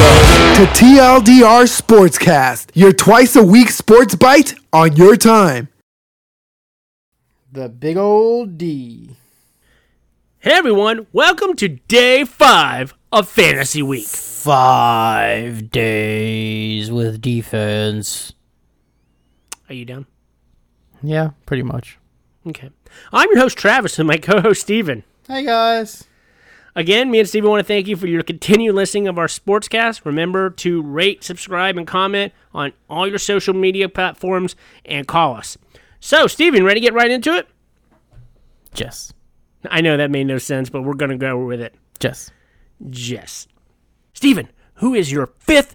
Uh, TLDR Sportscast, your twice a week sports bite on your time. The big old D. Hey everyone, welcome to day five of Fantasy Week. five days with defense. Are you down? Yeah, pretty much. Okay. I'm your host Travis and my co-host Steven. Hey guys. Again, me and Steven want to thank you for your continued listening of our sportscast. Remember to rate, subscribe, and comment on all your social media platforms and call us. So, Steven, ready to get right into it? Jess. I know that made no sense, but we're going to go with it. Jess. Jess. Steven, who is your fifth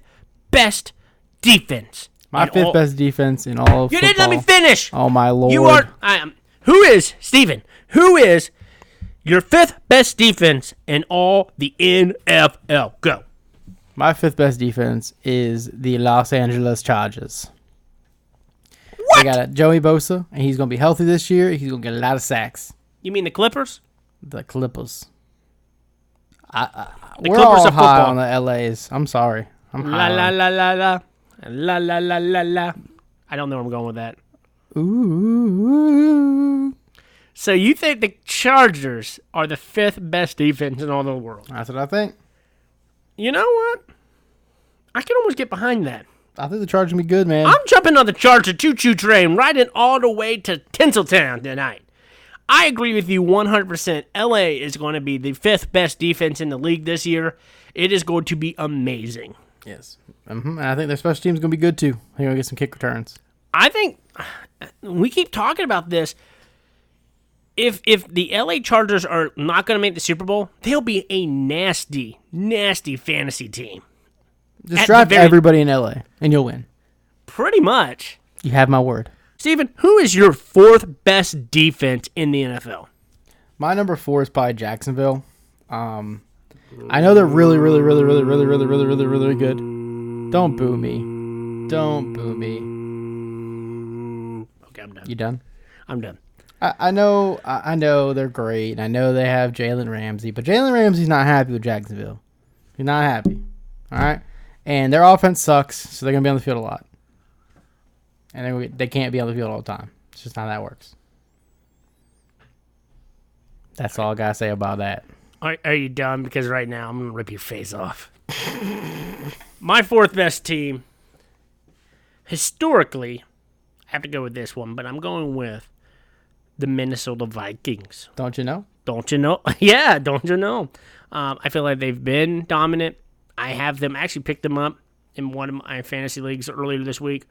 best defense? My in fifth all- best defense in all of You football. didn't let me finish! Oh my lord. You are. I am. Who is Steven? Who is your fifth best defense in all the NFL? Go. My fifth best defense is the Los Angeles Chargers. They got a Joey Bosa, and he's gonna be healthy this year. He's gonna get a lot of sacks. You mean the Clippers? The Clippers. I, I, The we're Clippers all of high football. on the LA's. I'm sorry. I'm La high. la on- la la la la la la la la. I don't know where I'm going with that. Ooh, So you think the Chargers are the fifth best defense in all the world? that's what I think. You know what? I can almost get behind that. I think the Chargers gonna be good, man. I'm jumping on the Charger choo choo train, riding all the way to Tinseltown tonight. I agree with you 100%. LA is going to be the fifth best defense in the league this year. It is going to be amazing. Yes. hmm And I think their special team's going to be good too. They're going to get some kick returns. I think we keep talking about this. If if the LA Chargers are not going to make the Super Bowl, they'll be a nasty, nasty fantasy team. Just At drive the very- everybody in LA and you'll win. Pretty much. You have my word. Steven, who is your fourth best defense in the NFL? My number four is probably Jacksonville. Um, I know they're really, really, really, really, really, really, really, really, really good. Don't boo me. Don't boo me. Okay, I'm done. You done? I'm done. I, I know, I, I know they're great. and I know they have Jalen Ramsey, but Jalen Ramsey's not happy with Jacksonville. He's not happy. All right, and their offense sucks, so they're gonna be on the field a lot, and they they can't be on the field all the time. It's just not how that works. That's all I gotta say about that. Are, are you done? Because right now I'm gonna rip your face off. My fourth best team, historically, I have to go with this one, but I'm going with the Minnesota Vikings. Don't you know? Don't you know? yeah, don't you know? Um, I feel like they've been dominant. I have them I actually picked them up in one of my fantasy leagues earlier this week.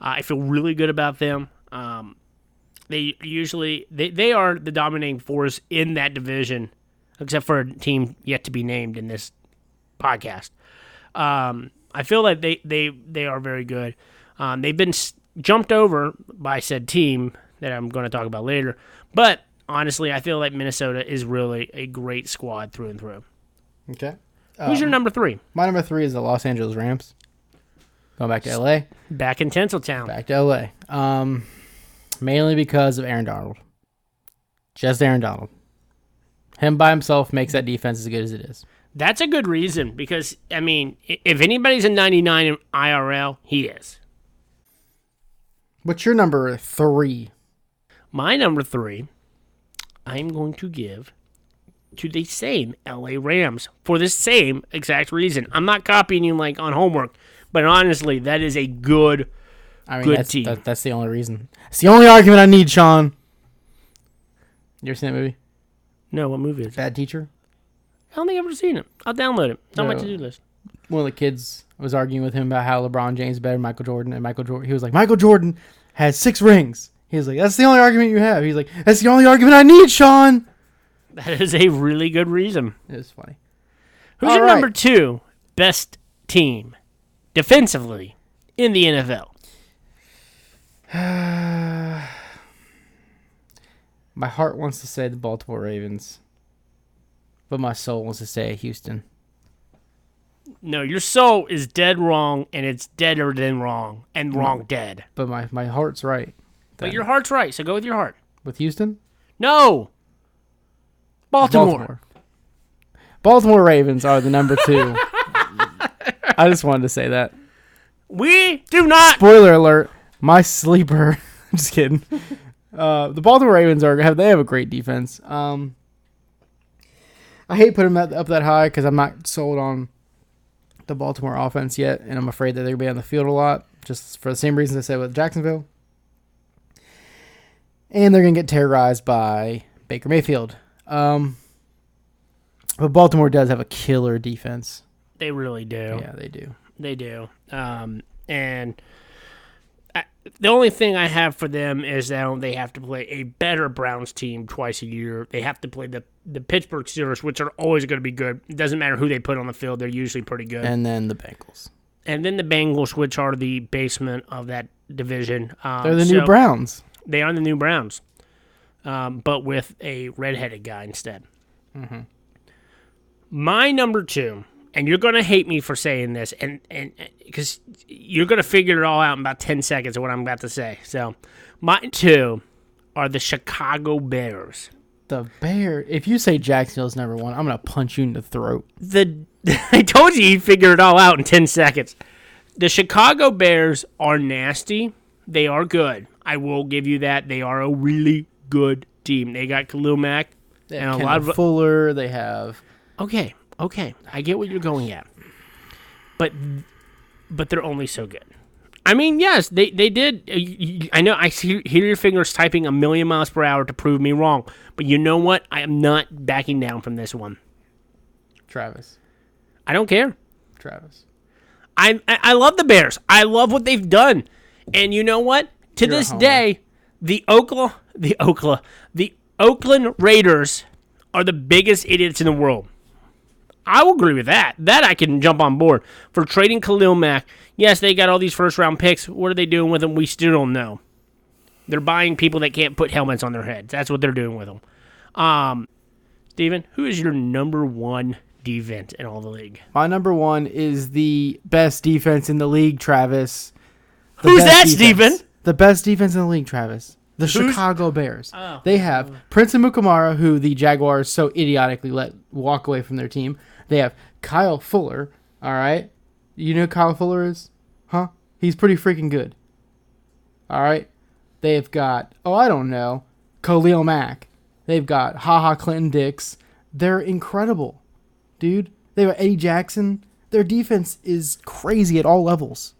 Uh, I feel really good about them. Um, they usually they, they are the dominating force in that division, except for a team yet to be named in this podcast. Um, I feel like they they they are very good. Um, they've been s- jumped over by said team that I'm going to talk about later. But honestly, I feel like Minnesota is really a great squad through and through. Okay. Who's your number three? My number three is the Los Angeles Rams. Going back to LA. Back in Tinseltown. Back to LA. Um, mainly because of Aaron Donald. Just Aaron Donald. Him by himself makes that defense as good as it is. That's a good reason because I mean, i- if anybody's a 99 in IRL, he is. What's your number three? My number three, I'm going to give to the same LA Rams for the same exact reason. I'm not copying you like on homework, but honestly, that is a good. I mean, Good that's, team. that- that's the only reason. It's the only argument I need, Sean. You ever seen that movie? No, what movie is it? Bad Teacher? I don't think I've ever seen it. I'll download it. It's on my No. to do list. One of the kids was arguing with him about how LeBron James is better than Michael Jordan, and Michael Jordan, he was like, Michael Jordan has six rings. He was like, that's the only argument you have. He's like, that's the only argument I need, Sean. That is a really good reason. It was funny. Who's All your right. number two best team defensively in the NFL? My heart wants to say the Baltimore Ravens, but my soul wants to say Houston. No, your soul is dead wrong, and it's deader than wrong, Mm. and wrong dead. But my, my heart's right. But your heart's right, so go with your heart. With Houston? No. Baltimore. Baltimore Baltimore Ravens are the number two I just wanted to say that. We do not. Spoiler alert: My sleeper. just kidding. Uh, the Baltimore Ravens are have they have a great defense. Um, I hate putting them up that high because I'm not sold on the Baltimore offense yet, and I'm afraid that they're gonna be on the field a lot, just for the same reasons I said with Jacksonville. And they're gonna get terrorized by Baker Mayfield. Um, but Baltimore does have a killer defense. They really do. Yeah, they do. They do. Um, and I, the only thing I have for them is that they have to play a better Browns team twice a year. They have to play the the Pittsburgh Steelers, which are always going to be good. It doesn't matter who they put on the field; they're usually pretty good. And And, then the Bengals. then the Bengals, which are the basement of that division. Um, They're the so new Browns. They are the new Browns, um, but with a redheaded guy instead. My number two, and you're going to hate me for saying this, and and because you're going to figure it all out in about ten seconds of what I'm about to say. So, my two are the Chicago Bears. The Bear. If you say Jacksonville's number one, I'm gonna punch you in the throat. The I told you you'd figure it all out in ten seconds. The Chicago Bears are nasty. They are good. I will give you that. They are a really good team. They got Khalil Mack They And a have lot Kendall of- Fuller. They have Okay, okay, I get what you're going at, but but they're only so good. I mean, yes, they they did. y- y- I know I see, hear your fingers typing a million miles per hour to prove me wrong, but you know what? I am not backing down from this one. Travis. I don't care. Travis. I I I love the Bears. I love what they've done, and you know what? To You're a this homer. day, the Oakland the Oakland the Oakland Raiders are the biggest idiots in the world. I will agree with that. That I can jump on board for trading Khalil Mack. Yes, they got all these first round picks. What are they doing with them? We still don't know. They're buying people that can't put helmets on their heads. That's what they're doing with them. Um, Steven, who is your number one defense in all the league? My number one is the best defense in the league, Travis. The Who's best that, defense. Steven? The best defense in the league, Travis. The Chicago Bears. Oh. They have Prince and Mukamara, who the Jaguars so idiotically let walk away from their team. They have Kyle Fuller. All right. You know who Kyle Fuller is? Huh? He's pretty freaking good. All right. They've got, oh, I don't know, Khalil Mack. They've got Haha Clinton Dix. They're incredible, dude. They've got Eddie Jackson. Their defense is crazy at all levels.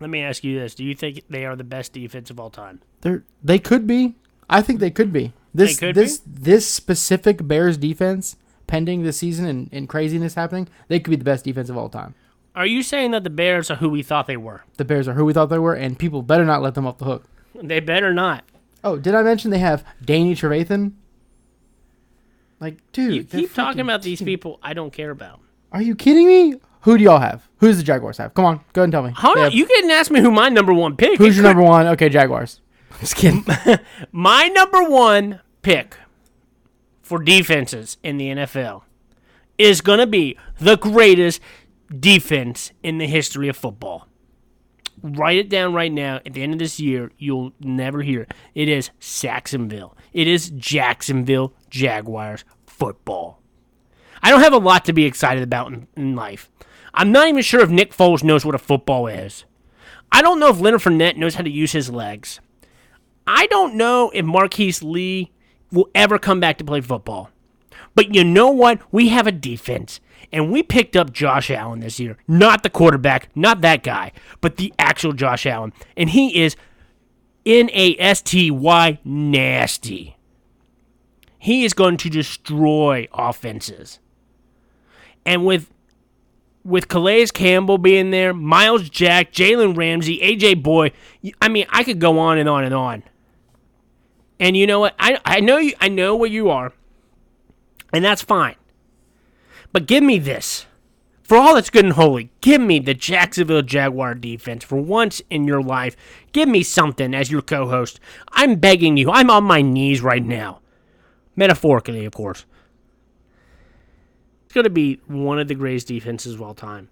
Let me ask you this: Do you think they are the best defense of all time? They're they could be. I think they could be. This could this this specific Bears defense, pending this season and, and craziness happening, they could be the best defense of all time. Are you saying that the Bears are who we thought they were? The Bears are who we thought they were, and people better not let them off the hook. They better not. Oh, did I mention they have Danny Trevathan? Like, dude, You they're keep talking freaking- about these people I don't care about. Are you kidding me? Who do y'all have? Who does the Jaguars have? Come on, go ahead and tell me. How They not? have- You didn't ask me who my number one pick. who's It your could- number one? Okay, Jaguars. Just kidding. My number one pick for defenses in the NFL is going to be the greatest defense in the history of football. Write it down right now. At the end of this year, you'll never hear it. It is Saxonville. It is Jacksonville Jaguars football. I don't have a lot to be excited about in, in life. I'm not even sure if Nick Foles knows what a football is. I don't know if Leonard Fournette knows how to use his legs. I don't know if Marquise Lee will ever come back to play football. But you know what? We have a defense. And we picked up Josh Allen this year. Not the quarterback, not that guy, but the actual Josh Allen. And he is N A S T Y nasty. He is going to destroy offenses. And with with Calais Campbell being there, Miles Jack, Jalen Ramsey, AJ Boy, y- I mean, I could go on and on and on. And you know what? I I know you I know where you are. And that's fine. But give me this. For all that's good and holy, give me the Jacksonville Jaguar defense for once in your life. Give me something as your co-host. I'm begging you. I'm on my knees right now. Metaphorically, of course. It's going to be one of the greatest defenses of all time.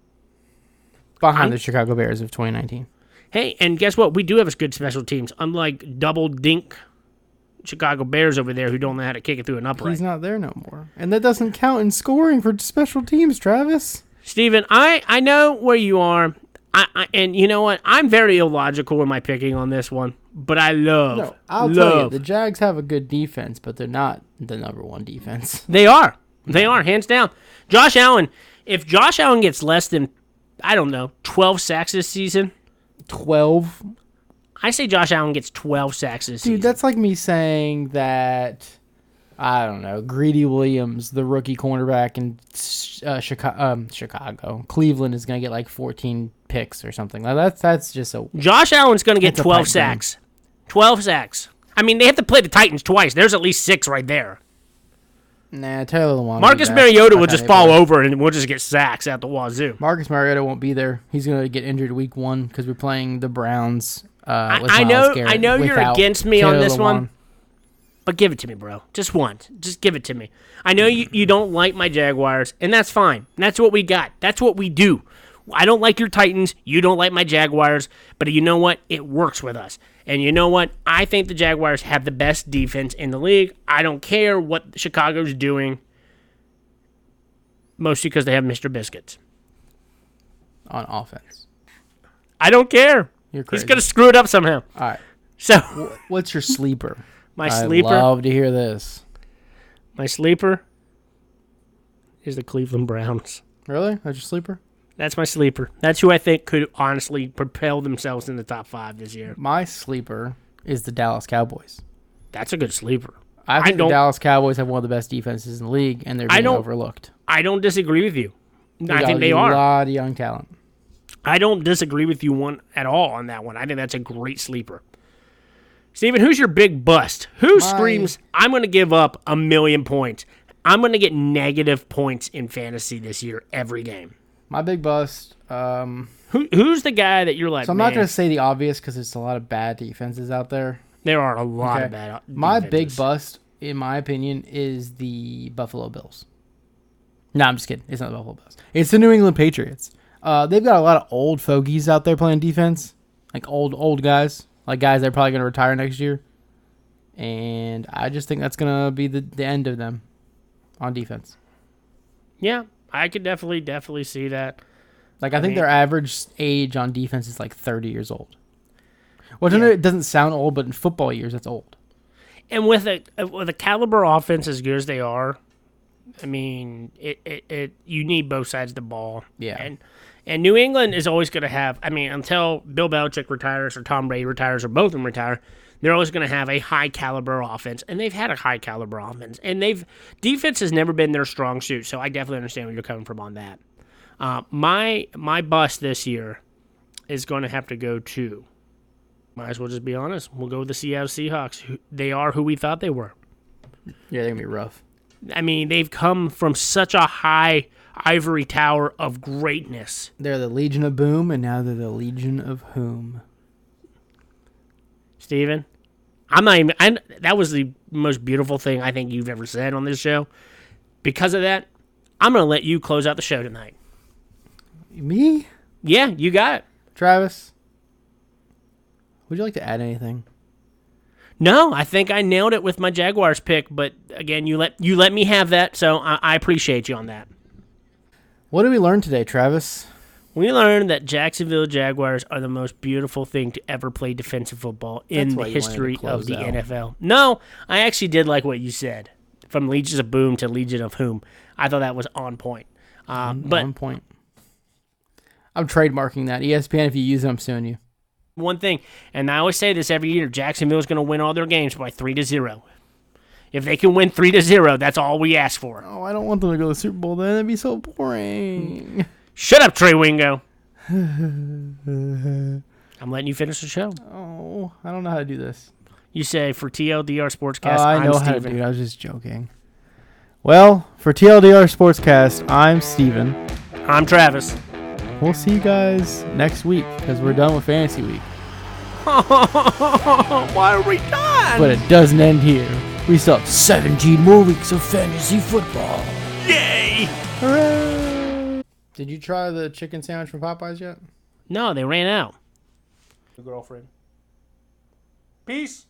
Behind the Chicago Bears of 2019. Hey, and guess what? We do have good special teams, unlike double dink Chicago Bears over there who don't know how to kick it through an upright. He's not there no more. And that doesn't count in scoring for special teams, Travis. Steven, I, I know where you are. I, I and you know what? I'm very illogical in my picking on this one, but I love No, I'll tell you, love. the Jags have a good defense, but they're not the number one defense. They are. They are, hands down. Josh Allen, if Josh Allen gets less than, I don't know, 12 sacks this season, Twelve, I say Josh Allen gets 12 sacks this dude. season. That's like me saying that. I don't know. Greedy Williams, the rookie cornerback in uh, Chicago, um, Chicago, Cleveland is gonna get like 14 picks or something. Like that's that's just a Josh Allen's going to get It's a 12 pipe dream. sacks. 12 sacks. I mean, they have to play the Titans twice. There's at least six right there. nah. Taylor Lewan. Marcus Mariota will just fall over and we'll just get sacks at the wazoo. Marcus Mariota won't be there. He's gonna get injured week one because we're playing the Browns. Uh, with I Myles know- I Garrett know you're without against me on Taylor this one. Lewan. But give it to me, bro. Just once. Just give it to me. I know you, you don't like my Jaguars, and that's fine. That's what we got. That's what we do. I don't like your Titans. You don't like my Jaguars. But you know what? It works with us. And you know what? I think the Jaguars have the best defense in the league. I don't care what Chicago's doing, mostly because they have Mr. Biscuits. on offense. I don't care. You're He's crazy. going to screw it up somehow. All right. So, What's your sleeper? my I sleeper. love to hear this. My sleeper is the Cleveland Browns. Really? That's your sleeper? That's my sleeper. That's who I think could honestly propel themselves in the top five this year. My sleeper is the Dallas Cowboys. That's a good sleeper. I think don't- the Dallas Cowboys have one of the best defenses in the league, and they're I being don't- overlooked. I don't disagree with you. They I got think they a are. lot of young talent. I don't disagree with you one at all on that one. I think that's a great sleeper. Steven, who's your big bust? Who screams, I'm going to give up a million points? I'm going to get negative points in fantasy this year every game. My big bust. Um, Who, who's the guy that you're like, so I'm not "Man, going to say the obvious because there's a lot of bad defenses out there. there are a lot Okay. of bad. My big defenses." bust, in my opinion, is the Buffalo Bills. No, I'm just kidding. It's not the Buffalo Bills. It's the New England Patriots. Uh, they've got a lot of old fogies out there playing defense, like old old guys, like guys that are probably going to retire next year. And I just think that's going to be the, the end of them on defense. Yeah, I could definitely, definitely see that. Like I, think mean- their average age on defense is like 30 years old. Which I know it doesn't sound old, but in football years, that's old. and with a with a caliber offense as good as they are, I mean, it, it, it you need both sides of the ball. Yeah. and and New England is always going to have. I mean, until Bill Belichick retires or Tom Brady retires or both of them retire, they're always going to have a high caliber offense, and they've had a high caliber offense, and they've defense has never been their strong suit. So I definitely understand where you're coming from on that. Uh, my my bust this year is going to have to go to. Might as well just be honest. We'll go with the Seattle Seahawks. Who- They are who we thought they were. Yeah, they're going to be rough. I mean, they've come from such a high ivory tower of greatness. They're the Legion of Boom, and now they're the Legion of Whom. Steven, I'm not even. I, that was the most beautiful thing I think you've ever said on this show. Because of that, I'm going to let you close out the show tonight. Me? Yeah, you got it. Travis? Would you like to add anything? No, I think I nailed it with my Jaguars pick, but again, you let you let me have that, so I, I appreciate you on that. What did we learn today, Travis? We learned that Jacksonville Jaguars are the most beautiful thing to ever play defensive football in That's the why you wanted to history of close the out. NFL. No, I actually did like what you said. From Legion of Boom to Legion of Whom. I thought that was on point. Um, but One point. I'm trademarking that. E ESPN, if you use it, I'm suing you. one thing, and I always say this every year Jacksonville's going to win all their games by 3 to 0. If they can win 3 to 0, that's all we ask for. Oh, I don't want them to go to the Super Bowl then. That'd be so boring. Shut up, Trey Wingo. I'm letting you finish the show. Oh, I don't know how to do this. You say for TLDR Sportscast, Oh, I I'm know Steven. how to do it. I was just joking. Well, for TLDR Sportscast, I'm Steven. I'm Travis. We'll see you guys next week because we're done with Fantasy Week. Why are we done? But it doesn't end here. We still have 17 more weeks of fantasy football. Yay! Did you try the chicken sandwich from Popeyes yet? No, they ran out. Girlfriend. Peace.